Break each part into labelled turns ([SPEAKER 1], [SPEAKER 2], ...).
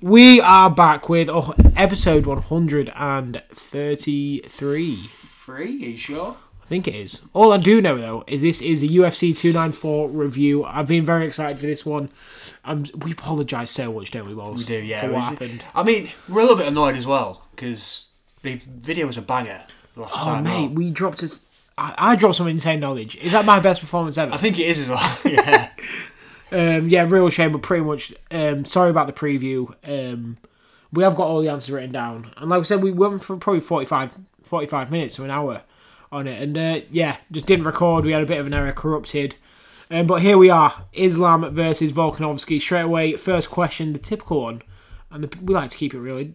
[SPEAKER 1] We are back with oh, episode 133.
[SPEAKER 2] Free? Are you sure?
[SPEAKER 1] I think it is. All I do know, though, is this is a UFC 294 review. I've been very excited for this one. Um, we apologise so much, don't we, Balls?
[SPEAKER 2] We do, yeah.
[SPEAKER 1] For
[SPEAKER 2] It
[SPEAKER 1] what
[SPEAKER 2] was-
[SPEAKER 1] happened.
[SPEAKER 2] I mean, we're a little bit annoyed as well because the video was a banger last
[SPEAKER 1] Oh,
[SPEAKER 2] time.
[SPEAKER 1] mate,
[SPEAKER 2] out.
[SPEAKER 1] we dropped us. I, I dropped some insane knowledge. Is that my best performance ever?
[SPEAKER 2] I think it is as well. yeah.
[SPEAKER 1] Um, yeah, real shame, but pretty much. Um, sorry about the preview. Um, we have got all the answers written down, and like I said, we went for probably 45, 45 minutes to an hour on it, and uh, yeah, just didn't record. We had a bit of an error, corrupted. Um, but here we are: Islam versus Volkanovski. Straight away, first question, the typical one, and the, we like to keep it real. Did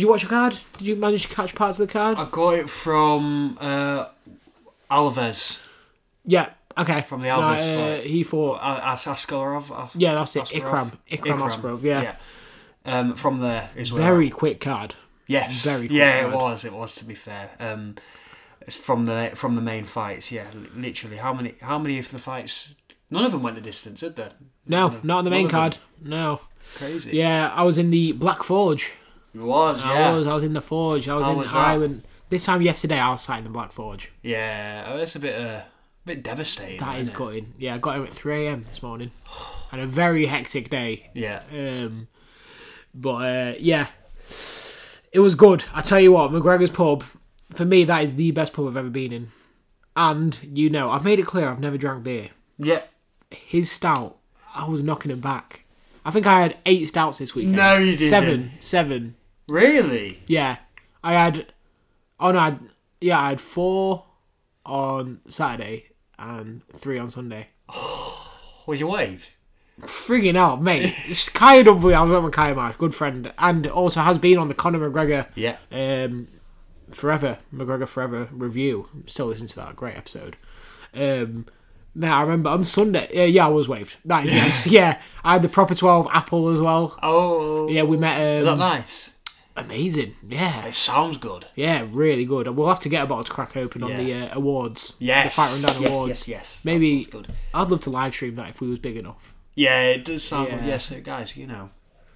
[SPEAKER 1] you watch the card? Did you manage to catch parts of the card?
[SPEAKER 2] I got it from uh, Alves.
[SPEAKER 1] yeah. Okay.
[SPEAKER 2] From the Alves
[SPEAKER 1] uh,
[SPEAKER 2] fight.
[SPEAKER 1] he fought.
[SPEAKER 2] As Askarov. As-
[SPEAKER 1] Yeah, that's it.
[SPEAKER 2] Askarov?
[SPEAKER 1] Ikram. Ikram Askarov. Yeah.
[SPEAKER 2] Um, from there as well.
[SPEAKER 1] Very quick card.
[SPEAKER 2] Yes.
[SPEAKER 1] Very quick
[SPEAKER 2] yeah,
[SPEAKER 1] round.
[SPEAKER 2] it was. It was to be fair. Um, it's from the from the main fights. Yeah, li- literally. How many? How many of the fights? None of them went the distance, did they?
[SPEAKER 1] No,
[SPEAKER 2] None of-
[SPEAKER 1] not on the
[SPEAKER 2] none
[SPEAKER 1] main
[SPEAKER 2] of them.
[SPEAKER 1] card. No.
[SPEAKER 2] Crazy.
[SPEAKER 1] Yeah, I was in the Black Forge.
[SPEAKER 2] It was.
[SPEAKER 1] I
[SPEAKER 2] Yeah.
[SPEAKER 1] was. I was in the Forge. I was
[SPEAKER 2] How
[SPEAKER 1] in
[SPEAKER 2] was that?
[SPEAKER 1] Ireland. This time yesterday, I was sat in the Black Forge.
[SPEAKER 2] Yeah. Oh, that's a bit. Uh, a bit devastating.
[SPEAKER 1] That is
[SPEAKER 2] isn't it?
[SPEAKER 1] gutting. Yeah, I got home at 3 a.m. this morning. and a very hectic day.
[SPEAKER 2] Yeah.
[SPEAKER 1] Um, but uh, yeah, it was good. I tell you what, McGregor's pub, for me, that is the best pub I've ever been in. And, you know, I've made it clear I've never drank beer.
[SPEAKER 2] Yeah.
[SPEAKER 1] his stout, I was knocking him back. I think I had eight stouts this weekend.
[SPEAKER 2] No, you didn't.
[SPEAKER 1] Seven, seven.
[SPEAKER 2] Really?
[SPEAKER 1] Yeah, I had. Oh no, I had, yeah, I had four on Saturday and three on Sunday.
[SPEAKER 2] Was you wave?
[SPEAKER 1] Friggin' out, mate. It's Kaya W. I was with Kaya Marsh, good friend, and also has been on the Conor McGregor
[SPEAKER 2] Yeah.
[SPEAKER 1] um, Forever, McGregor Forever review. Still listen to that. Great episode. Um, now, I remember on Sunday, uh, yeah, I was waved. That is yes. Yeah, I had the proper 12 Apple as well.
[SPEAKER 2] Oh.
[SPEAKER 1] Yeah, we met.
[SPEAKER 2] Is that
[SPEAKER 1] Um,
[SPEAKER 2] nice?
[SPEAKER 1] amazing. Yeah.
[SPEAKER 2] It sounds good.
[SPEAKER 1] Yeah, really good. We'll have to get a bottle to crack open on
[SPEAKER 2] Yeah.
[SPEAKER 1] the uh, awards.
[SPEAKER 2] Yes.
[SPEAKER 1] The Fight Rundown
[SPEAKER 2] yes,
[SPEAKER 1] Awards.
[SPEAKER 2] Yes. Yes. That
[SPEAKER 1] Maybe-
[SPEAKER 2] sounds good.
[SPEAKER 1] I'd love to live stream that if we was big enough.
[SPEAKER 2] Yeah, it does sound
[SPEAKER 1] Yeah.
[SPEAKER 2] good. Yes, uh, guys, you know,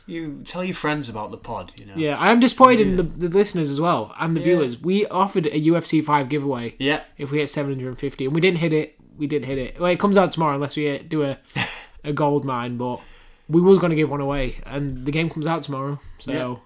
[SPEAKER 2] you tell your friends about the pod. You know.
[SPEAKER 1] Yeah, I am disappointed in the, the listeners as well and the
[SPEAKER 2] Yeah.
[SPEAKER 1] viewers. We offered a UFC 5 giveaway
[SPEAKER 2] Yeah.
[SPEAKER 1] if we hit 750 and we didn't hit it. We didn't hit it. Well, it comes out tomorrow unless we uh, do a, a gold mine, but we was going to give one away and the game comes out tomorrow. So,
[SPEAKER 2] Yeah.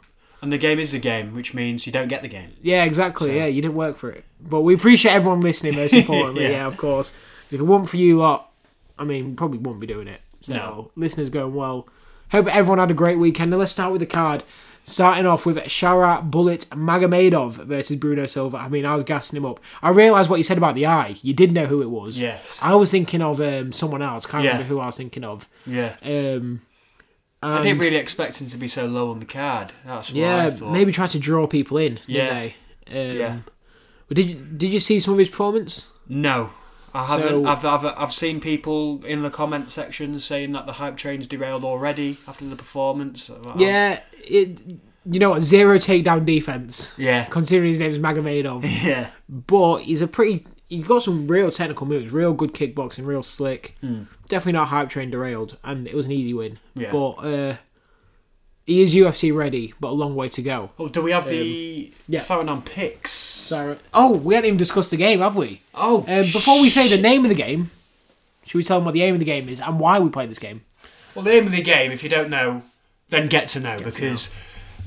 [SPEAKER 2] And the game is the game, which means you don't get the game.
[SPEAKER 1] Yeah, exactly. Yeah, you didn't work for it, but we appreciate everyone listening. Most importantly, yeah.
[SPEAKER 2] Yeah.
[SPEAKER 1] of course. 'Cause if it weren't for you lot, I mean, we probably wouldn't be doing it. So
[SPEAKER 2] No.
[SPEAKER 1] listeners going well. Hope everyone had a great weekend. Now let's start with the card. Starting off with Shara Bullet Magomedov versus Bruno Silva. I mean, I was gassing him up. I realised what you said about the eye. You did know who it was.
[SPEAKER 2] Yes.
[SPEAKER 1] I was thinking of um, someone else. Can't
[SPEAKER 2] Yeah.
[SPEAKER 1] remember who I was thinking of.
[SPEAKER 2] Yeah.
[SPEAKER 1] Um,
[SPEAKER 2] I didn't really expect him to be so low on the card. That's what I
[SPEAKER 1] yeah,
[SPEAKER 2] thought.
[SPEAKER 1] maybe try to draw people in.
[SPEAKER 2] Yeah.
[SPEAKER 1] Yeah. They? Um,
[SPEAKER 2] Yeah.
[SPEAKER 1] But did you, did you see some of his performance?
[SPEAKER 2] No. I haven't.
[SPEAKER 1] So-
[SPEAKER 2] I've, I've I've seen people in the comment section saying that the hype train's derailed already after the performance. Well,
[SPEAKER 1] Yeah, it. You know what? Zero takedown defense.
[SPEAKER 2] Yeah.
[SPEAKER 1] Considering his name is Magomedov,
[SPEAKER 2] Yeah.
[SPEAKER 1] but he's a pretty. He's got some real technical moves, real good kickboxing, real slick. Definitely not hype train derailed, and it was an easy win.
[SPEAKER 2] Hmm. Yeah.
[SPEAKER 1] But uh, he is UFC ready, but a long way to go.
[SPEAKER 2] Oh, do we have the
[SPEAKER 1] Um, yeah.
[SPEAKER 2] Faranon picks?
[SPEAKER 1] So, oh, we haven't even discussed the game, have we?
[SPEAKER 2] oh,
[SPEAKER 1] Um, before we say the
[SPEAKER 2] shit.
[SPEAKER 1] name of the game, should we tell them what the aim of the game is and why we play this game?
[SPEAKER 2] Well, the aim of the game, if you don't know, then get to know because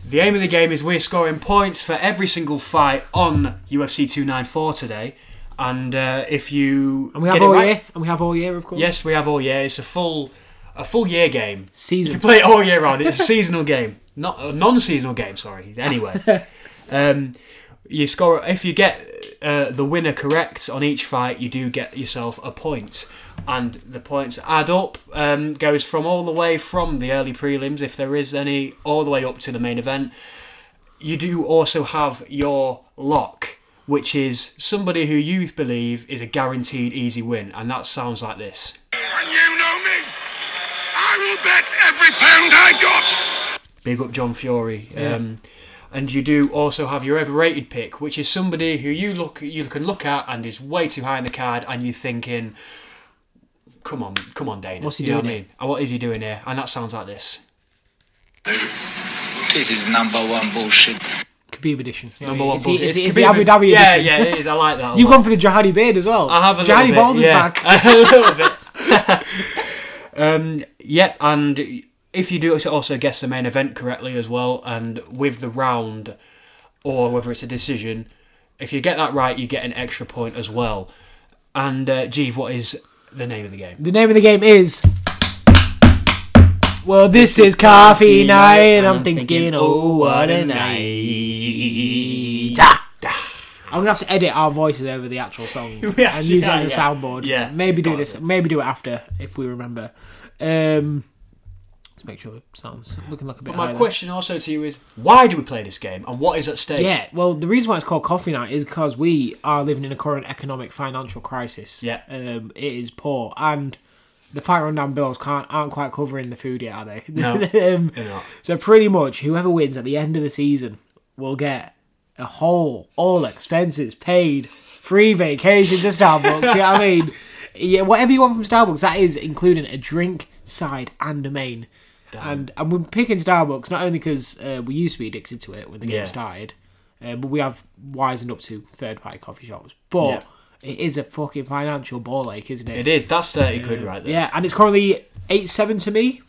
[SPEAKER 2] the aim of the game is we're scoring points for every single fight on UFC 294 today. And uh, if you
[SPEAKER 1] And we have
[SPEAKER 2] get it
[SPEAKER 1] all
[SPEAKER 2] right-
[SPEAKER 1] year, and we have all year, of course.
[SPEAKER 2] yes, we have all year. It's a full a full year game. You
[SPEAKER 1] Season.
[SPEAKER 2] can play it all year round. It's a seasonal game, not a non-seasonal game. Sorry. Anyway, um, you score if you get uh, the winner correct on each fight. You do get yourself a point, and the points add up. Um, goes from all the way from the early prelims, if there is any, all the way up to the main event. You do also have your lock. Which is somebody who you believe is a guaranteed easy win, and that sounds like this.
[SPEAKER 3] And you know me. I will bet every pound I got.
[SPEAKER 2] Big up John Fury. Um, and you do also have your overrated pick, which is somebody who you look you can look at and is way too high in the card, and you're thinking, "Come on, come on, Dana,
[SPEAKER 1] What's he
[SPEAKER 2] You know
[SPEAKER 1] doing
[SPEAKER 2] what I mean? And what is he doing here?" And that sounds like this.
[SPEAKER 4] This is number one bullshit.
[SPEAKER 1] Khabib edition.
[SPEAKER 2] Number one.
[SPEAKER 1] Is he,
[SPEAKER 2] bull-
[SPEAKER 1] is he,
[SPEAKER 2] it's
[SPEAKER 1] is he
[SPEAKER 2] Khabib-
[SPEAKER 1] Abu Dhabi
[SPEAKER 2] Yeah,
[SPEAKER 1] edition?
[SPEAKER 2] yeah, it is. I like that. a
[SPEAKER 1] You've
[SPEAKER 2] lot.
[SPEAKER 1] gone for the jihadi beard as well.
[SPEAKER 2] I have a little
[SPEAKER 1] Jihadi
[SPEAKER 2] bit,
[SPEAKER 1] balls
[SPEAKER 2] yeah.
[SPEAKER 1] is back.
[SPEAKER 2] a little bit. um, yep, and if you do also guess the main event correctly as well, and with the round, or whether it's a decision, if you get that right, you get an extra point as well. And uh, Jeeve, what is the name of the game?
[SPEAKER 1] The name of the game is. Well, this, is coffee night, and I'm thinking, oh, what a night.
[SPEAKER 2] night!
[SPEAKER 1] I'm gonna have to edit our voices over the actual song and
[SPEAKER 2] actually
[SPEAKER 1] use it
[SPEAKER 2] are,
[SPEAKER 1] as a
[SPEAKER 2] yeah.
[SPEAKER 1] soundboard.
[SPEAKER 2] Yeah,
[SPEAKER 1] maybe do
[SPEAKER 2] gotta
[SPEAKER 1] this. Maybe do it after if we remember. Um, let's make sure it sounds looking like a bit.
[SPEAKER 2] My
[SPEAKER 1] higher than-
[SPEAKER 2] question also to you is, why do we play this game, and what is at stake?
[SPEAKER 1] Yeah, well, the reason why it's called Coffee Night is because we are living in a current economic financial crisis.
[SPEAKER 2] Yeah.
[SPEAKER 1] um, it is poor, and the fight run down bills can't aren't quite covering the food yet, are they?
[SPEAKER 2] No,
[SPEAKER 1] um,
[SPEAKER 2] they're not.
[SPEAKER 1] so pretty much, whoever wins at the end of the season will get a whole all expenses paid free vacation to Starbucks. you know what I mean? Yeah, whatever you want from Starbucks, that is including a drink, side, and a main. And and we're picking Starbucks not only because uh, we used to be addicted to it when the game
[SPEAKER 2] Yeah.
[SPEAKER 1] started, uh, but we have wisened up to third party coffee shops. But it is a fucking financial ball ache, isn't it?
[SPEAKER 2] It is. That's thirty quid right there.
[SPEAKER 1] Yeah, and it's currently eight seven to me.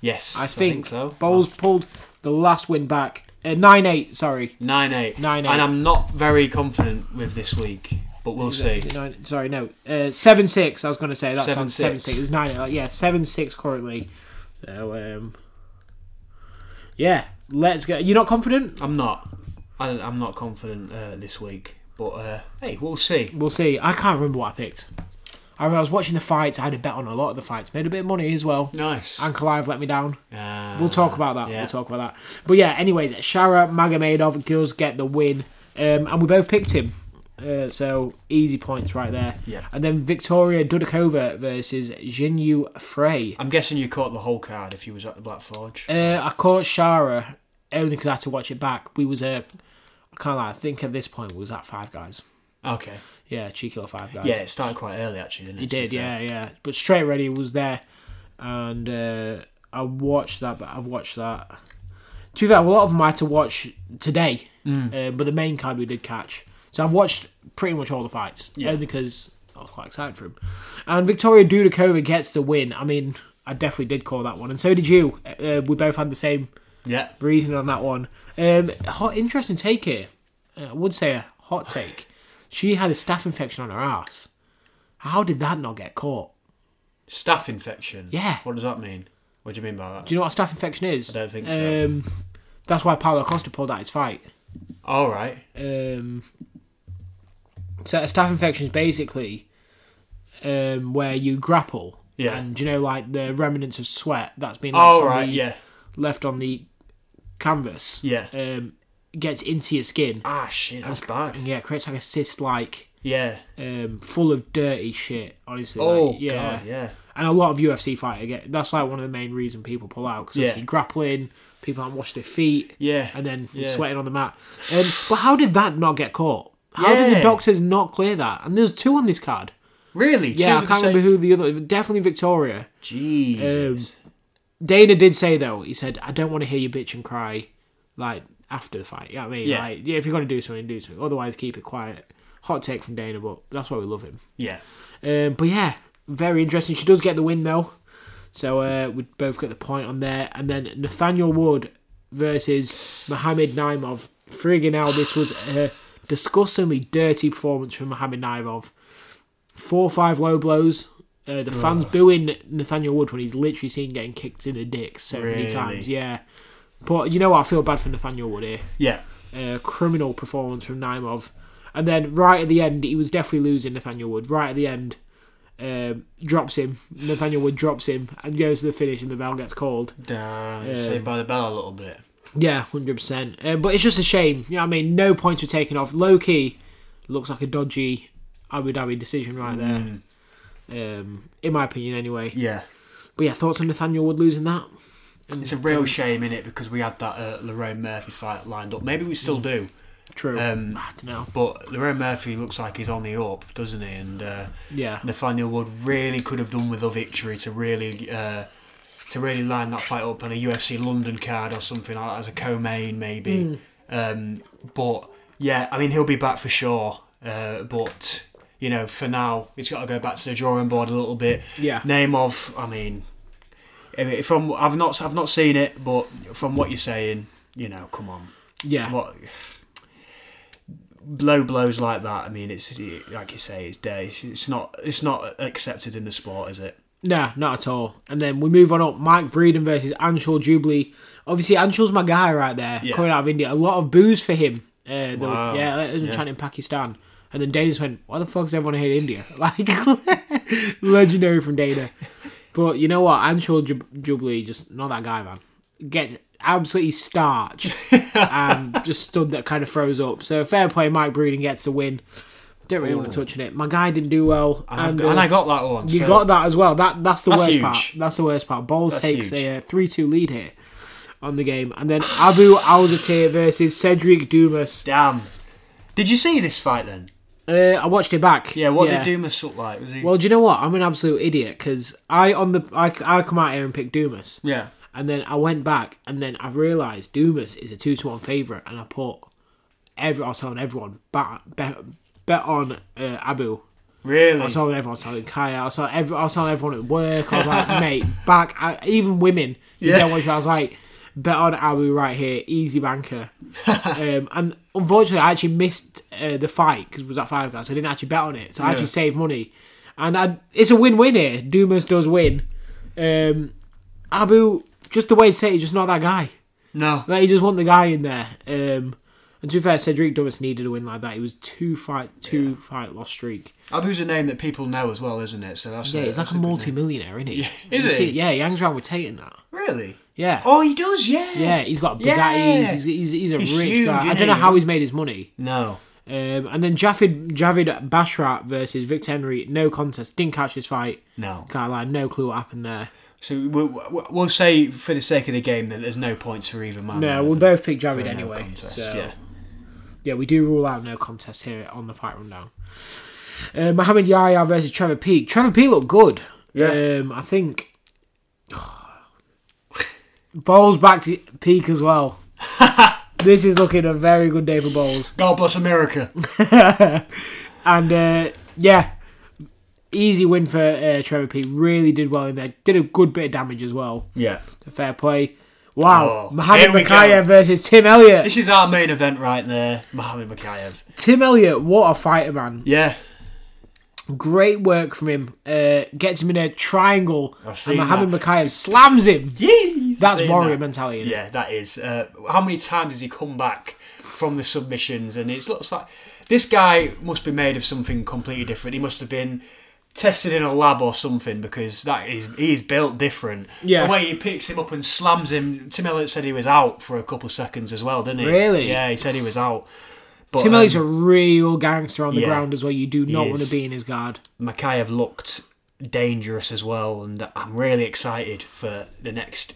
[SPEAKER 2] Yes,
[SPEAKER 1] I think,
[SPEAKER 2] so.
[SPEAKER 1] Bowles pulled the last win back. Uh, nine eight, sorry.
[SPEAKER 2] Nine eight.
[SPEAKER 1] 9-8.
[SPEAKER 2] And I'm not very confident with this week, but we'll see.
[SPEAKER 1] Is it nine- sorry, no. Uh, seven six. I was going to say that
[SPEAKER 2] Seven,
[SPEAKER 1] sounds seven six.
[SPEAKER 2] six.
[SPEAKER 1] It's nine eight. Like, yeah, seven six currently. So um, yeah, let's go. You're not confident?
[SPEAKER 2] I'm not. I, I'm not confident uh, this week, but uh, hey, we'll see.
[SPEAKER 1] We'll see. I can't remember what I picked. I, remember I was watching the fights. I had a bet on a lot of the fights. Made a bit of money as well.
[SPEAKER 2] Nice.
[SPEAKER 1] And Clive let me down.
[SPEAKER 2] Uh,
[SPEAKER 1] We'll talk about that.
[SPEAKER 2] yeah.
[SPEAKER 1] We'll talk about that. But yeah, anyways, Shara Magomedov does get the win, um, and we both picked him. Uh, so easy points right there.
[SPEAKER 2] Yeah.
[SPEAKER 1] And then Victoria Dudakova versus Jinyu Frey.
[SPEAKER 2] I'm guessing you caught the whole card if you was at the Black Forge.
[SPEAKER 1] Uh, I caught Shara only because I had to watch it back. We was uh, I can't lie. I think at this point we was at five guys.
[SPEAKER 2] okay.
[SPEAKER 1] Yeah, cheeky little five guys.
[SPEAKER 2] Yeah, it started quite early actually, didn't it?
[SPEAKER 1] He
[SPEAKER 2] to be
[SPEAKER 1] did,
[SPEAKER 2] fair?
[SPEAKER 1] yeah, yeah. But straight ready was there, and uh, I watched that. But I've watched that. To be fair, a lot of them I had to watch today, uh, but the main card we did catch. So I've watched pretty much all the fights, only because I was quite excited for him. And Victoria Dudakova gets the win. I mean, I definitely did call that one, and so did you. Uh, we both had the same
[SPEAKER 2] Yeah.
[SPEAKER 1] reasoning on that one. Um, hot, interesting take here. Uh, I would say a hot take. She had a staph infection on her ass. How did that not get caught?
[SPEAKER 2] Staff infection.
[SPEAKER 1] Yeah.
[SPEAKER 2] What does that mean? What do you mean by that?
[SPEAKER 1] Do you know what a staph infection is? I
[SPEAKER 2] don't think so.
[SPEAKER 1] Um, that's why Paulo Costa pulled out his fight.
[SPEAKER 2] All right.
[SPEAKER 1] Um, so a staph infection is basically um, where you grapple.
[SPEAKER 2] Yeah.
[SPEAKER 1] And do you know, like the remnants of sweat that's been left,
[SPEAKER 2] All
[SPEAKER 1] on,
[SPEAKER 2] right.
[SPEAKER 1] the,
[SPEAKER 2] Yeah.
[SPEAKER 1] left on the canvas.
[SPEAKER 2] Yeah.
[SPEAKER 1] Um, gets into your skin.
[SPEAKER 2] Ah shit, that's bad.
[SPEAKER 1] Yeah, it creates like a cyst like
[SPEAKER 2] Yeah.
[SPEAKER 1] um, full of dirty shit. Honestly,
[SPEAKER 2] Oh
[SPEAKER 1] like, yeah.
[SPEAKER 2] god. Yeah.
[SPEAKER 1] And a lot of UFC fighter get that's like one of the main reason people pull out because
[SPEAKER 2] Yeah.
[SPEAKER 1] obviously grappling, people haven't washed their feet,
[SPEAKER 2] Yeah.
[SPEAKER 1] and then you're
[SPEAKER 2] Yeah.
[SPEAKER 1] sweating on the mat. Um, but how did that not get caught? How did the
[SPEAKER 2] Yeah.
[SPEAKER 1] doctors not clear that? And there's two on this card.
[SPEAKER 2] Really?
[SPEAKER 1] Yeah,
[SPEAKER 2] Two
[SPEAKER 1] I
[SPEAKER 2] of the
[SPEAKER 1] can't
[SPEAKER 2] same-
[SPEAKER 1] remember Eh. who the other. Definitely Victoria. Um,
[SPEAKER 2] Jesus.
[SPEAKER 1] Dana did say though, he said, "I don't want to hear you bitch and cry, like after the fight." Yeah, you know what I mean,
[SPEAKER 2] Yeah.
[SPEAKER 1] like, yeah, if you're gonna do something, do something. Otherwise, keep it quiet. Hot take from Dana, but that's why we love him.
[SPEAKER 2] yeah.
[SPEAKER 1] Um, but yeah, very interesting. She does get the win though, so uh, we both get the point on there. And then Nathaniel Wood versus Mohamed Naimov. Friggin' hell, this was a disgustingly dirty performance from Mohamed Naimov. Four or five low blows. Uh, the fans booing Nathaniel Wood when he's literally seen getting kicked in the dick so many
[SPEAKER 2] Really?
[SPEAKER 1] times. Yeah. But you know what? I feel bad for Nathaniel Wood here
[SPEAKER 2] Yeah.
[SPEAKER 1] uh, criminal performance from Naimov. And then right at the end, he was definitely losing Nathaniel Wood. Right at the end, um, drops him. Nathaniel Wood drops him and goes to the finish, and the bell gets called.
[SPEAKER 2] Damn, it's saved by the bell a little bit.
[SPEAKER 1] Yeah, hundred percent. Um, but it's just a shame. You know what I mean? No points were taken off. Low key looks like a dodgy Abu Dhabi decision right there. Um, in my opinion, anyway.
[SPEAKER 2] Yeah.
[SPEAKER 1] But yeah, thoughts on Nathaniel Wood losing that?
[SPEAKER 2] It's a real shame in it because we had that uh, Lorraine Murphy fight lined up. Maybe we still do,
[SPEAKER 1] True.
[SPEAKER 2] Um,
[SPEAKER 1] I don't know.
[SPEAKER 2] but Lorraine Murphy looks like he's on the up, doesn't he? And uh,
[SPEAKER 1] Yeah.
[SPEAKER 2] Nathaniel Wood really could have done with a victory to really uh, to really line that fight up on a UFC London card or something like that as a co-main
[SPEAKER 1] Hmm.
[SPEAKER 2] maybe. Um, but yeah, I mean he'll be back for sure. Uh, but you know, for now he's got to go back to the drawing board a little bit.
[SPEAKER 1] Yeah.
[SPEAKER 2] Name of, I mean, I mean, from I've not I've not seen it, but from what you're saying, you know, come on,
[SPEAKER 1] Yeah.
[SPEAKER 2] what blow blows like that? I mean, it's like you say, it's day. It's not it's not accepted in the sport, is it?
[SPEAKER 1] No, not at all. And then we move on up. Mike Breeden versus Anshul Jubilee. Obviously, Anshul's my guy right there,
[SPEAKER 2] Yeah.
[SPEAKER 1] coming out of India. A lot of boos for him. Uh, they were-
[SPEAKER 2] Wow.
[SPEAKER 1] yeah, they were
[SPEAKER 2] Yeah.
[SPEAKER 1] chanting Pakistan. And then Dana's went, why the fuck's everyone here in India? Like, legendary from Dana. But you know what? Anshul Ju- Jubilee, just not that guy, man. Gets absolutely starched and just stood that kind of froze up. So fair play, Mike Breeden gets the win. Don't really want to touch on it. My guy didn't do well.
[SPEAKER 2] And, I've got- and I got that one.
[SPEAKER 1] uh, You
[SPEAKER 2] so-
[SPEAKER 1] got that as well. That that's the
[SPEAKER 2] That's
[SPEAKER 1] worst
[SPEAKER 2] huge.
[SPEAKER 1] part. That's the worst part. Bowles takes
[SPEAKER 2] huge.
[SPEAKER 1] a three two lead here on the game, and then Abu Alzatir versus Cedric Dumas.
[SPEAKER 2] Damn. Did you see this fight then?
[SPEAKER 1] Uh, I watched it back.
[SPEAKER 2] Yeah. What did Dumas look like? Was he?
[SPEAKER 1] Well, do you know what? I'm an absolute idiot because I on the I, I come out here and pick Dumas,
[SPEAKER 2] yeah.
[SPEAKER 1] and then I went back and then I realised Dumas is a two to one favourite, and I put every I was telling everyone bet bet, bet on uh, Abu I
[SPEAKER 2] Really.
[SPEAKER 1] was telling everyone, I was telling Kaya, I was telling, every, I was telling everyone at work, I was like, mate, back, I, even women, you
[SPEAKER 2] Yeah.
[SPEAKER 1] don't watch I was like, bet on Abu right here, easy banker. um, and unfortunately, I actually missed uh, the fight because it was at Five Guys, so I didn't actually bet on it, so I actually saved money. And I, it's a win win here. Dumas does win. Um, Abu, just the way to say it, he's just not that guy.
[SPEAKER 2] no.
[SPEAKER 1] Like, he just want the guy in there. Um, and to be fair, Cedric Dumas needed a win like that. He was two fight, two fight loss streak.
[SPEAKER 2] Abu's a name that people know as well, isn't it? So that's
[SPEAKER 1] Yeah, he's like
[SPEAKER 2] that's
[SPEAKER 1] a
[SPEAKER 2] good name.
[SPEAKER 1] multi-millionaire, isn't he?
[SPEAKER 2] Is
[SPEAKER 1] You
[SPEAKER 2] he?
[SPEAKER 1] see- Yeah, he hangs around with Tate and that.
[SPEAKER 2] Really?
[SPEAKER 1] Yeah.
[SPEAKER 2] Oh, he does. Yeah.
[SPEAKER 1] Yeah, he's got Bugattis.
[SPEAKER 2] Yeah.
[SPEAKER 1] He's, he's, he's a
[SPEAKER 2] He's
[SPEAKER 1] rich
[SPEAKER 2] huge,
[SPEAKER 1] guy. I
[SPEAKER 2] isn't
[SPEAKER 1] don't know
[SPEAKER 2] he?
[SPEAKER 1] how he's made his money.
[SPEAKER 2] No.
[SPEAKER 1] Um, and then Javid Javid Bashrat versus Victor Henry, no contest. Didn't catch this fight.
[SPEAKER 2] No.
[SPEAKER 1] Can't lie, no clue what happened there.
[SPEAKER 2] So we'll, we'll- we'll say for the sake of the game that there's no points for either man.
[SPEAKER 1] No,
[SPEAKER 2] rather
[SPEAKER 1] we'll
[SPEAKER 2] than
[SPEAKER 1] both pick
[SPEAKER 2] for
[SPEAKER 1] Javid
[SPEAKER 2] no
[SPEAKER 1] anyway.
[SPEAKER 2] contest,
[SPEAKER 1] so-
[SPEAKER 2] Yeah.
[SPEAKER 1] yeah, we do rule out no contest here on the fight rundown. Uh, Mohamed Yahya versus Trevor Peak. Trevor Peak looked good.
[SPEAKER 2] Yeah.
[SPEAKER 1] Um, I think. Bowles back to Peak as well. this is looking a very good day for Bowles.
[SPEAKER 2] God bless America.
[SPEAKER 1] And uh, yeah, easy win for uh, Trevor Peak. Really did well in there. Did a good bit of damage as well.
[SPEAKER 2] yeah.
[SPEAKER 1] Fair play. Wow.
[SPEAKER 2] Oh,
[SPEAKER 1] Mohamed
[SPEAKER 2] here we go.
[SPEAKER 1] Makayev versus Tim Elliott.
[SPEAKER 2] This is our main event right there, Mohammed Makayev.
[SPEAKER 1] Tim Elliott, what a fighter, man.
[SPEAKER 2] Yeah.
[SPEAKER 1] Great work from him. Uh, gets him in a triangle.
[SPEAKER 2] I've seen
[SPEAKER 1] And Mohamed
[SPEAKER 2] that.
[SPEAKER 1] Makayev slams him.
[SPEAKER 2] Jeez,
[SPEAKER 1] That's
[SPEAKER 2] saying
[SPEAKER 1] warrior
[SPEAKER 2] that.
[SPEAKER 1] mentality. isn't it?
[SPEAKER 2] Yeah, that is. Uh, how many times has he come back from the submissions? And it looks like this guy must be made of something completely different. He must have been tested in a lab or something because that is he's built different.
[SPEAKER 1] Yeah.
[SPEAKER 2] the way he picks him up and slams him. Tim Elliott said he was out for a couple of seconds as well, didn't he?
[SPEAKER 1] Really?
[SPEAKER 2] Yeah, he said he was out. But,
[SPEAKER 1] Tim
[SPEAKER 2] um,
[SPEAKER 1] Elliott's a real gangster on the
[SPEAKER 2] yeah.
[SPEAKER 1] ground as well. You do not
[SPEAKER 2] He
[SPEAKER 1] want to
[SPEAKER 2] is.
[SPEAKER 1] be in his guard.
[SPEAKER 2] Makayev looked dangerous as well, and I'm really excited for the next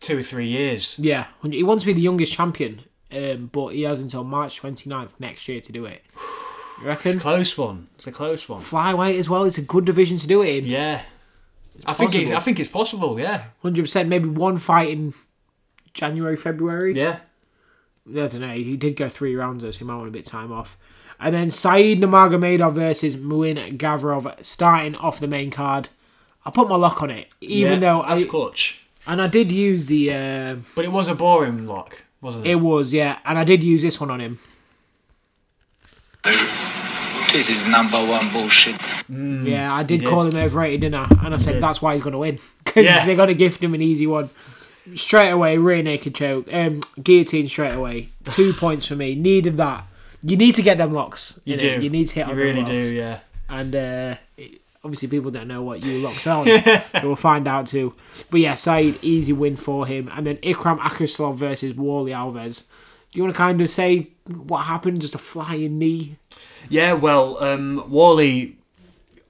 [SPEAKER 2] two or three years.
[SPEAKER 1] Yeah. He wants to be the youngest champion, um, but he has until March 29th next year to do it. You reckon?
[SPEAKER 2] It's a close one. It's a close one.
[SPEAKER 1] Flyweight as well. It's a good division to do it in.
[SPEAKER 2] Yeah. I think it's,
[SPEAKER 1] possible.
[SPEAKER 2] I think it's possible. Yeah.
[SPEAKER 1] 100%. Maybe one fight in January, February.
[SPEAKER 2] Yeah.
[SPEAKER 1] I don't know. He did go three rounds, though, so he might want a bit of time off. And then Saeed Namagomedov versus Muin Gavrov starting off the main card. I put my lock on it, even
[SPEAKER 2] Yeah,
[SPEAKER 1] though I
[SPEAKER 2] that's clutch,
[SPEAKER 1] and I did use the uh,
[SPEAKER 2] but it was a boring lock, wasn't it?
[SPEAKER 1] it was yeah, and I did use this one on him.
[SPEAKER 4] This is number one bullshit.
[SPEAKER 1] yeah, I did
[SPEAKER 2] Mm. did.
[SPEAKER 1] call him overrated, didn't I? And I said that's why he's gonna win because
[SPEAKER 2] Yeah.
[SPEAKER 1] they're gonna gift him an easy one straight away, rear naked choke, um, guillotine straight away. Two points for me. Needed that. You need to get them locks.
[SPEAKER 2] you
[SPEAKER 1] innit?
[SPEAKER 2] do.
[SPEAKER 1] You need to hit
[SPEAKER 2] You
[SPEAKER 1] on
[SPEAKER 2] really
[SPEAKER 1] them locks.
[SPEAKER 2] do. Yeah.
[SPEAKER 1] and uh, it- obviously people don't know what you locked on, so we'll find out too. But yeah, Saeed, easy win for him, and then Ikram Akhraslov versus Wally Alves. Do you want to kind of say what happened? Just a flying knee?
[SPEAKER 2] Yeah. Well, um, Wally,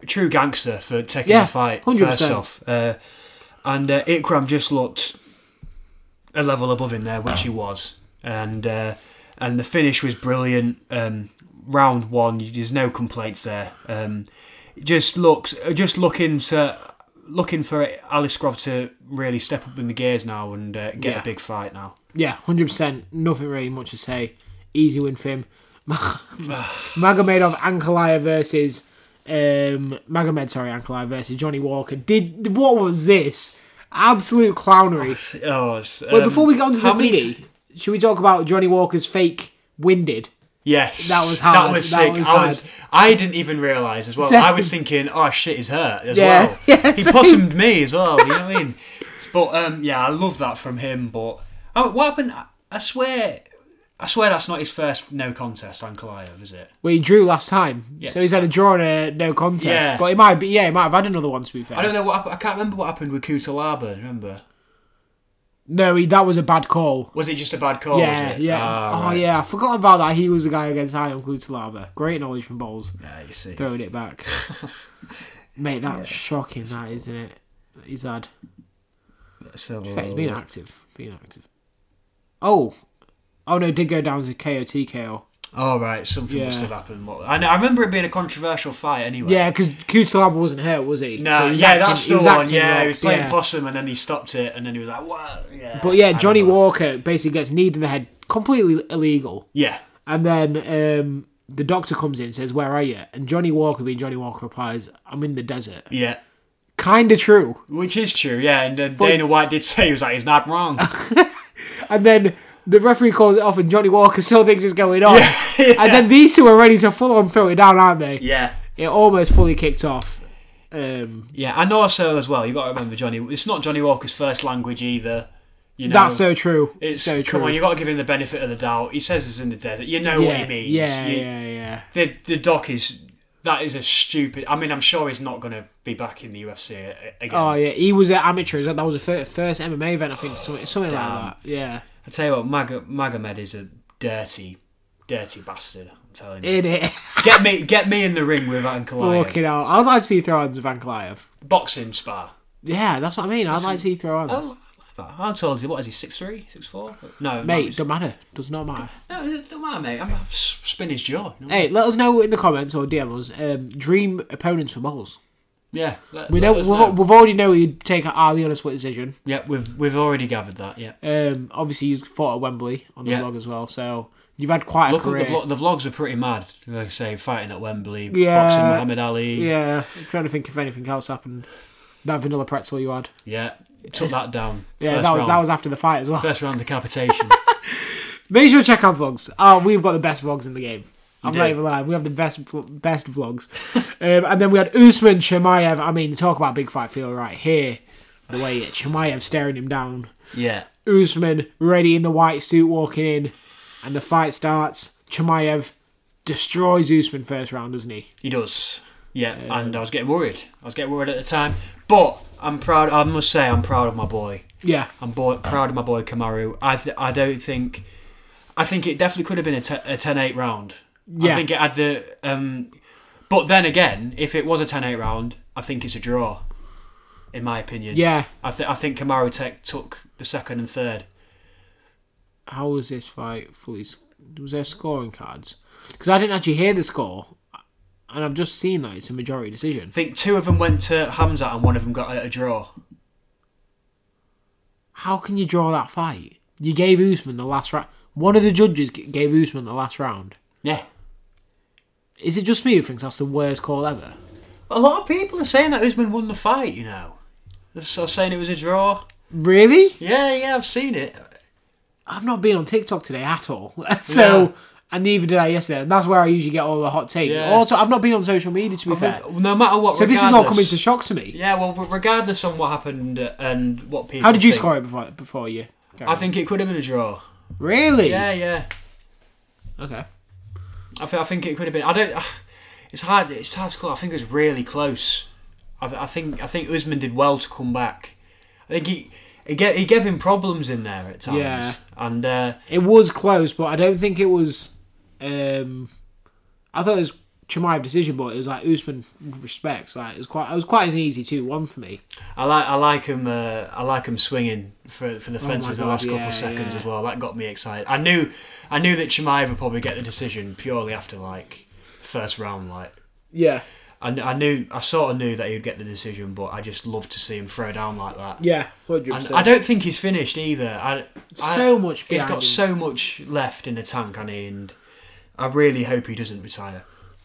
[SPEAKER 2] true gangster for taking
[SPEAKER 1] Yeah,
[SPEAKER 2] the fight
[SPEAKER 1] 100%.
[SPEAKER 2] first off, uh, and uh, Ikram just looked a level above him there, which he was, and uh, and the finish was brilliant. Um, round one, you- there's no complaints there. Um, just looks, just uh, looking to looking for Alice Grove to really step up in the gears now and uh, get
[SPEAKER 1] Yeah.
[SPEAKER 2] a big fight now.
[SPEAKER 1] Yeah, hundred percent. Nothing really much to say. Easy win for him. Ma- Ma- Magomedov Ankalaev versus um, Magomed, sorry, Ankalaev versus Johnny Walker. Did what was this? Absolute clownery.
[SPEAKER 2] Oh, it's,
[SPEAKER 1] But
[SPEAKER 2] um,
[SPEAKER 1] before we get on to the
[SPEAKER 2] how many
[SPEAKER 1] thingy,
[SPEAKER 2] t-
[SPEAKER 1] should we talk about Johnny Walker's fake winded?
[SPEAKER 2] yes,
[SPEAKER 1] That was
[SPEAKER 2] That
[SPEAKER 1] hard,
[SPEAKER 2] was
[SPEAKER 1] that
[SPEAKER 2] sick.
[SPEAKER 1] was
[SPEAKER 2] I was. I didn't even realise as well.
[SPEAKER 1] Same.
[SPEAKER 2] I was thinking, oh shit, he's hurt as
[SPEAKER 1] Yeah.
[SPEAKER 2] well.
[SPEAKER 1] Yeah,
[SPEAKER 2] he
[SPEAKER 1] same.
[SPEAKER 2] possumed me as well. You know what I mean? But um, yeah, I love that from him. But oh, what happened? I- I swear, I swear that's not his first no contest, Ankalaev, is it?
[SPEAKER 1] Well, he drew last time, so he's had a draw and a no contest.
[SPEAKER 2] Yeah.
[SPEAKER 1] But he might be, yeah, he might have had another one. To be fair,
[SPEAKER 2] I don't know what happened. I can't remember what happened with Kutalaba. Remember?
[SPEAKER 1] no, he, that was a bad call.
[SPEAKER 2] Was it just a bad call? Oh, was
[SPEAKER 1] yeah,
[SPEAKER 2] it?
[SPEAKER 1] yeah.
[SPEAKER 2] Ah,
[SPEAKER 1] oh
[SPEAKER 2] right.
[SPEAKER 1] yeah, I forgot about that. He was the guy against Ion Kutalaba. Great knowledge from Bowles.
[SPEAKER 2] Ah, you see.
[SPEAKER 1] throwing it back. Mate, that's shocking, that isn't it? That He's had.
[SPEAKER 2] Let's have a
[SPEAKER 1] In fact, he's
[SPEAKER 2] little
[SPEAKER 1] been
[SPEAKER 2] look.
[SPEAKER 1] active. Been active. Oh. Oh no, it did go down as a KO TKO.
[SPEAKER 2] Oh right, something
[SPEAKER 1] Yeah.
[SPEAKER 2] must have happened. What- I know, I remember it being a controversial fight anyway.
[SPEAKER 1] Yeah, because Kutalaba wasn't hurt, was he?
[SPEAKER 2] No,
[SPEAKER 1] But he was
[SPEAKER 2] yeah,
[SPEAKER 1] acting-
[SPEAKER 2] that's
[SPEAKER 1] he
[SPEAKER 2] the
[SPEAKER 1] was
[SPEAKER 2] one.
[SPEAKER 1] acting
[SPEAKER 2] Yeah,
[SPEAKER 1] rocks,
[SPEAKER 2] he was playing
[SPEAKER 1] yeah.
[SPEAKER 2] possum and then he stopped it and then he was like, "What?" Yeah.
[SPEAKER 1] But yeah, Johnny
[SPEAKER 2] remember.
[SPEAKER 1] Walker basically gets kneed in the head, completely illegal.
[SPEAKER 2] Yeah.
[SPEAKER 1] And then um, the doctor comes in and says, Where are you? And Johnny Walker, being Johnny Walker, replies, I'm in the desert.
[SPEAKER 2] Yeah.
[SPEAKER 1] Kinda true.
[SPEAKER 2] Which is true, yeah. And uh, Dana White did say he was like, "He's not wrong."
[SPEAKER 1] And then the referee calls it off, and Johnny Walker still thinks it's going on. And then these two are ready to full on throw it down, aren't they?
[SPEAKER 2] yeah.
[SPEAKER 1] It almost fully kicked off. Um,
[SPEAKER 2] Yeah, and also as well, you got to remember Johnny. It's not Johnny Walker's first language either. You know,
[SPEAKER 1] That's so true.
[SPEAKER 2] It's
[SPEAKER 1] so true.
[SPEAKER 2] come on, you got to give him the benefit of the doubt. He says it's in the desert. You know
[SPEAKER 1] yeah,
[SPEAKER 2] what he means.
[SPEAKER 1] Yeah,
[SPEAKER 2] You-
[SPEAKER 1] yeah, yeah.
[SPEAKER 2] The the doc is that is a stupid. I mean, I'm sure he's not going to be back in the UFC a- again.
[SPEAKER 1] Oh yeah, he was an amateur. as well. That was the fir- first MMA event, I think, something, something like
[SPEAKER 2] Damn.
[SPEAKER 1] that. Yeah,
[SPEAKER 2] I tell you what, Mag- Magomed is a dirty, dirty bastard. I'm telling you.
[SPEAKER 1] in it,
[SPEAKER 2] Get me, get me in the ring with Ankalaev.
[SPEAKER 1] fucking hell. I'd like to see throw hands with Ankalaev.
[SPEAKER 2] Boxing spar.
[SPEAKER 1] Yeah, that's what I mean. I'd like to see throw hands.
[SPEAKER 2] Oh, How tall is he? What is he? Six three, six four? No,
[SPEAKER 1] Mate,
[SPEAKER 2] no,
[SPEAKER 1] don't matter. Does not matter.
[SPEAKER 2] no, don't matter, mate. I'm, I'll spin his jaw. you know?
[SPEAKER 1] Hey, let us know in the comments or DM us. Um, dream opponents for Bowls.
[SPEAKER 2] Yeah, let-
[SPEAKER 1] We
[SPEAKER 2] let
[SPEAKER 1] know,
[SPEAKER 2] us
[SPEAKER 1] we've,
[SPEAKER 2] know.
[SPEAKER 1] we've already know he'd take Ali on a split decision.
[SPEAKER 2] Yeah, we've we've already gathered that. Yeah,
[SPEAKER 1] Um, obviously he's fought at Wembley on the
[SPEAKER 2] Yeah.
[SPEAKER 1] vlog as well, so you've had quite a
[SPEAKER 2] look,
[SPEAKER 1] career.
[SPEAKER 2] the, vlog, the vlogs are pretty mad. Like I say, fighting at Wembley,
[SPEAKER 1] Yeah.
[SPEAKER 2] boxing Muhammad Ali.
[SPEAKER 1] Yeah, I'm trying to think if anything else happened. That vanilla pretzel you had.
[SPEAKER 2] Yeah, took that down.
[SPEAKER 1] Yeah,
[SPEAKER 2] First
[SPEAKER 1] that was
[SPEAKER 2] round,
[SPEAKER 1] that was after the fight as well.
[SPEAKER 2] first round decapitation.
[SPEAKER 1] Make sure to check out vlogs. Oh, we've got the best vlogs in the game. I'm
[SPEAKER 2] do.
[SPEAKER 1] not even lying. We have the best best vlogs. um, and then we had Usman Chimaev. I mean, talk about big fight feel right here. The way Chimaev staring him down.
[SPEAKER 2] yeah,
[SPEAKER 1] Usman ready in the white suit walking in, and the fight starts. Chimaev destroys Usman first round, doesn't he?
[SPEAKER 2] He does. Yeah, and I was getting worried. I was getting worried at the time, but I'm proud. I must say, I'm proud of my boy.
[SPEAKER 1] Yeah,
[SPEAKER 2] I'm boy, proud of my boy Kamaru. I th- I don't think. I think it definitely could have been a, te- a 10-8 round. I
[SPEAKER 1] Yeah.
[SPEAKER 2] think it had the. Um, but then again, if it was a 10-8 round, I think it's a draw. In my opinion.
[SPEAKER 1] yeah.
[SPEAKER 2] I th- I think Kamaru Tech took the second and third.
[SPEAKER 1] How was this fight fully? s- Was there scoring cards? Because I didn't actually hear the score, and I've just seen that it's a majority decision.
[SPEAKER 2] I think two of them went to Hamza and one of them got a, a draw.
[SPEAKER 1] How can you draw that fight? You gave Usman the last round. One of the judges g- gave Usman the last round.
[SPEAKER 2] Yeah.
[SPEAKER 1] Is it just me who thinks that's the worst call ever?
[SPEAKER 2] A lot of people are saying that Usman won the fight, you know. They're sort of saying it was a draw.
[SPEAKER 1] Really?
[SPEAKER 2] Yeah, yeah, I've seen it.
[SPEAKER 1] I've not been on TikTok today at all. so, and neither did I yesterday. And that's where I usually get all the hot takes.
[SPEAKER 2] Yeah.
[SPEAKER 1] Also, I've not been on social media to be fair.
[SPEAKER 2] No matter what.
[SPEAKER 1] Uh, so this is all coming
[SPEAKER 2] regardless-
[SPEAKER 1] to shock to me.
[SPEAKER 2] Yeah, well, re- regardless on what happened uh, and what people.
[SPEAKER 1] How did you
[SPEAKER 2] think,
[SPEAKER 1] score it before before you? carry
[SPEAKER 2] I
[SPEAKER 1] on?
[SPEAKER 2] think it could have been a draw.
[SPEAKER 1] really.
[SPEAKER 2] Yeah, yeah.
[SPEAKER 1] Okay.
[SPEAKER 2] I, th- I think it could have been. I don't. It's hard. It's hard to call. I think it was really close. I, th- I think. I think Usman did well to come back. I think he. He gave, he gave him problems in there at times.
[SPEAKER 1] Yeah.
[SPEAKER 2] And uh,
[SPEAKER 1] It was close, but I don't think it was. Um, I thought it was Chimaev decision, but it was like Usman respects. Like it was quite. It was quite an easy two one for me.
[SPEAKER 2] I like I like him uh, I like him swinging for for the fences the
[SPEAKER 1] Oh God,
[SPEAKER 2] last couple
[SPEAKER 1] yeah,
[SPEAKER 2] of seconds
[SPEAKER 1] yeah.
[SPEAKER 2] as well. That got me excited. I knew I knew that Chimaev would probably get the decision purely after like first round like
[SPEAKER 1] Yeah.
[SPEAKER 2] I, kn- I knew I sort of knew that he'd get the decision, but I just love to see him throw down like that.
[SPEAKER 1] Yeah, hundred
[SPEAKER 2] And I
[SPEAKER 1] percent.
[SPEAKER 2] don't think he's finished either. I, I-
[SPEAKER 1] So much
[SPEAKER 2] He's
[SPEAKER 1] behind him.
[SPEAKER 2] got so much left in the tank, and he- and I really hope he doesn't retire.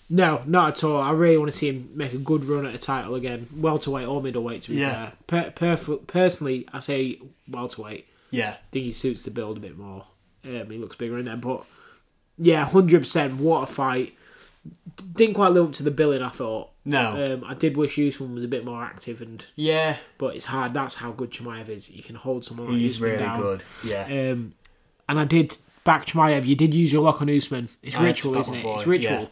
[SPEAKER 1] No, not at all. I really want to see him make a good run at a title again, welterweight or middleweight. To be
[SPEAKER 2] Yeah.
[SPEAKER 1] fair, per- per- personally, I say welterweight.
[SPEAKER 2] Yeah,
[SPEAKER 1] think he suits the build a bit more. Um, he looks bigger in there, but yeah, hundred percent. What a fight! Didn't quite live up to the billing. I thought.
[SPEAKER 2] no,
[SPEAKER 1] Um, I did wish Usman was a bit more active, and
[SPEAKER 2] yeah,
[SPEAKER 1] but it's hard. That's how good Chimaev is. You can hold someone like
[SPEAKER 2] he's
[SPEAKER 1] Usman
[SPEAKER 2] really
[SPEAKER 1] down.
[SPEAKER 2] good. Yeah,
[SPEAKER 1] Um, and I did back Chimaev. You did use your lock on Usman. It's
[SPEAKER 2] I had to
[SPEAKER 1] ritual,
[SPEAKER 2] back
[SPEAKER 1] isn't
[SPEAKER 2] my
[SPEAKER 1] it?
[SPEAKER 2] boy,
[SPEAKER 1] It's ritual.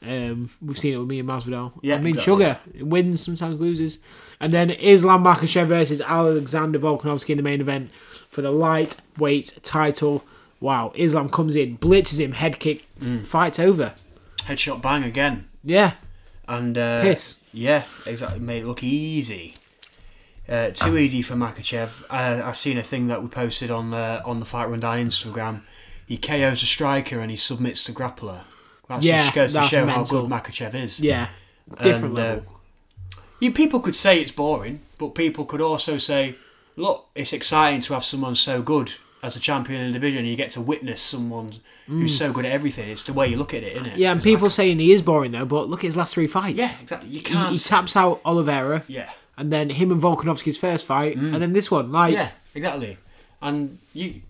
[SPEAKER 1] Um, we've seen it with me and Masvidal.
[SPEAKER 2] Yeah,
[SPEAKER 1] I mean,
[SPEAKER 2] exactly.
[SPEAKER 1] sugar it wins sometimes, loses, and then Islam Makhachev versus Alexander Volkanovski in the main event for the lightweight title. Wow, Islam comes in, blitzes him, head kick,
[SPEAKER 2] Mm.
[SPEAKER 1] fights over.
[SPEAKER 2] headshot bang again,
[SPEAKER 1] Yeah,
[SPEAKER 2] and uh,
[SPEAKER 1] Piss.
[SPEAKER 2] Yeah, exactly. Made it look easy. Uh, too easy for Makachev. Uh, I seen a thing that we posted on uh, on the Fight Rundown Instagram. He KOs a striker and he submits the grappler. That's
[SPEAKER 1] Yeah,
[SPEAKER 2] just goes to
[SPEAKER 1] that's
[SPEAKER 2] show
[SPEAKER 1] mental.
[SPEAKER 2] how good Makachev is.
[SPEAKER 1] yeah, different
[SPEAKER 2] And, uh,
[SPEAKER 1] level.
[SPEAKER 2] You people could say it's boring, but people could also say, look, it's exciting to have someone so good as a champion in the division. You get to witness someone who's so good at everything. It's the way you look at it, isn't it?
[SPEAKER 1] Mm. yeah, and
[SPEAKER 2] 'Cause
[SPEAKER 1] people saying he is boring though, but look at his last three fights.
[SPEAKER 2] like- yeah, exactly. You
[SPEAKER 1] he,
[SPEAKER 2] can't.
[SPEAKER 1] he taps out Oliveira.
[SPEAKER 2] yeah, Mm.
[SPEAKER 1] and then him and Volkanovski's first fight, and then this one. Like,
[SPEAKER 2] yeah, exactly. And you,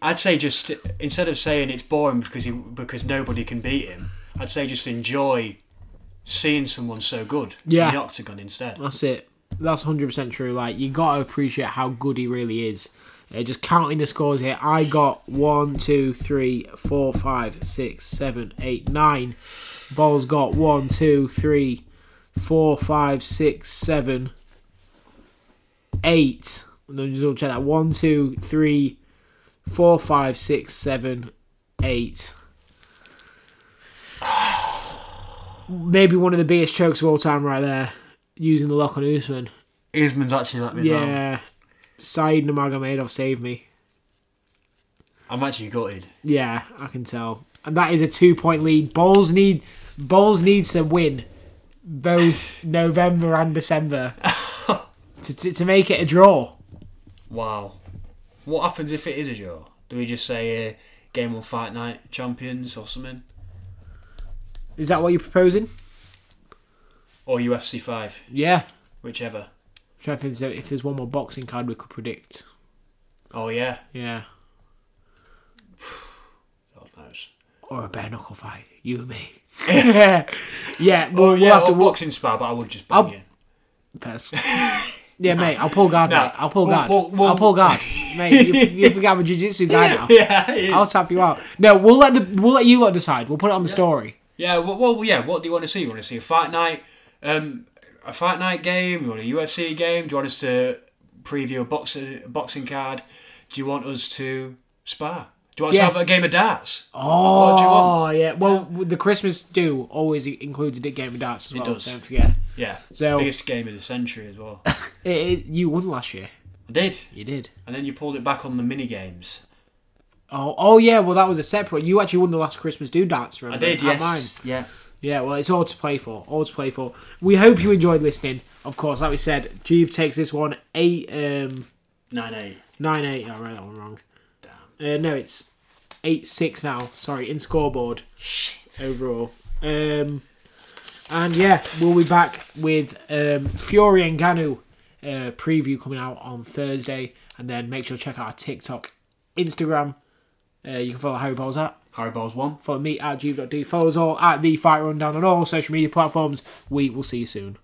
[SPEAKER 2] I'd say just instead of saying it's boring because he, because nobody can beat him, I'd say just enjoy seeing someone so good
[SPEAKER 1] Yeah.
[SPEAKER 2] in the octagon instead.
[SPEAKER 1] that's it. That's hundred percent true. Like, you gotta appreciate how good he really is. Uh, just counting the scores here, I got one, two, three, four, five, six, seven, eight, nine. Ball's got one, two, three, four, five, six, seven, eight. And then just double check that. One, two, three, four, five, six, seven, eight. Maybe one of the biggest chokes of all time, right there, using the lock on Usman.
[SPEAKER 2] Usman's actually let me down.
[SPEAKER 1] Yeah, Said Nurmagomedov saved me.
[SPEAKER 2] I'm actually gutted.
[SPEAKER 1] Yeah, I can tell. And that is a two point lead. Balls need Balls needs to win both November and December to, to, to make it a draw.
[SPEAKER 2] Wow. What happens if it is a draw? Do we just say uh, game on fight night champions or something?
[SPEAKER 1] Is that what you're proposing?
[SPEAKER 2] Or UFC 5,
[SPEAKER 1] Yeah.
[SPEAKER 2] whichever.
[SPEAKER 1] trying to think if there's- if there's one more boxing card we could predict.
[SPEAKER 2] Oh, yeah.
[SPEAKER 1] Yeah.
[SPEAKER 2] God knows.
[SPEAKER 1] Or a bare knuckle fight. You and me. yeah. Yeah. We'll,
[SPEAKER 2] Oh, yeah,
[SPEAKER 1] we'll have to
[SPEAKER 2] or
[SPEAKER 1] walk.
[SPEAKER 2] boxing spar, but I would just bang
[SPEAKER 1] I'll-
[SPEAKER 2] you.
[SPEAKER 1] Yeah, mate. I'll pull guard.
[SPEAKER 2] Nah.
[SPEAKER 1] mate. I'll pull
[SPEAKER 2] We'll-
[SPEAKER 1] guard.
[SPEAKER 2] we'll- we'll-
[SPEAKER 1] I'll pull guard. mate, you, you forget I'm a jiu-jitsu guy now.
[SPEAKER 2] Yeah, it is.
[SPEAKER 1] I'll tap you out. No, we'll let the we'll let you lot decide. We'll put it on the story.
[SPEAKER 2] yeah, well, well, yeah, what do you want to see? You want to see a fight night, um, a fight night game? You want a UFC game? Do you want us to preview a boxing, a boxing card? Do you want us to spar? Do you want
[SPEAKER 1] Yeah.
[SPEAKER 2] us to have a game of darts?
[SPEAKER 1] Oh,
[SPEAKER 2] What do you want?
[SPEAKER 1] yeah. Well, the Christmas do always includes a dick game of darts as well.
[SPEAKER 2] does.
[SPEAKER 1] Don't forget.
[SPEAKER 2] Yeah.
[SPEAKER 1] So-
[SPEAKER 2] Biggest game of the century as well.
[SPEAKER 1] It, it- you won last year.
[SPEAKER 2] I did.
[SPEAKER 1] You did.
[SPEAKER 2] And then you pulled it back on the mini games.
[SPEAKER 1] Oh, oh yeah. Well, that was a separate. You actually won the last Christmas do darts.
[SPEAKER 2] I
[SPEAKER 1] Remember?
[SPEAKER 2] did,
[SPEAKER 1] At
[SPEAKER 2] yes. Yeah.
[SPEAKER 1] Yeah, well, it's all to play for. All to play for. We hope you enjoyed listening. Of course, like we said, Jeeve takes this one eight um
[SPEAKER 2] Nine eight.
[SPEAKER 1] nine eight. I read that one wrong. Damn. Uh, no, it's eight six now. Sorry, in scoreboard
[SPEAKER 2] Shit.
[SPEAKER 1] overall. Um, and yeah, we'll be back with um, Fury and Ganu uh, preview coming out on Thursday, and then make sure to check out our TikTok, Instagram. Uh, you can follow Harry Balls at
[SPEAKER 2] Harry Ball's one.
[SPEAKER 1] Follow me at Juve.d. Follow us all at The Fight Rundown on all social media platforms. We will see you soon.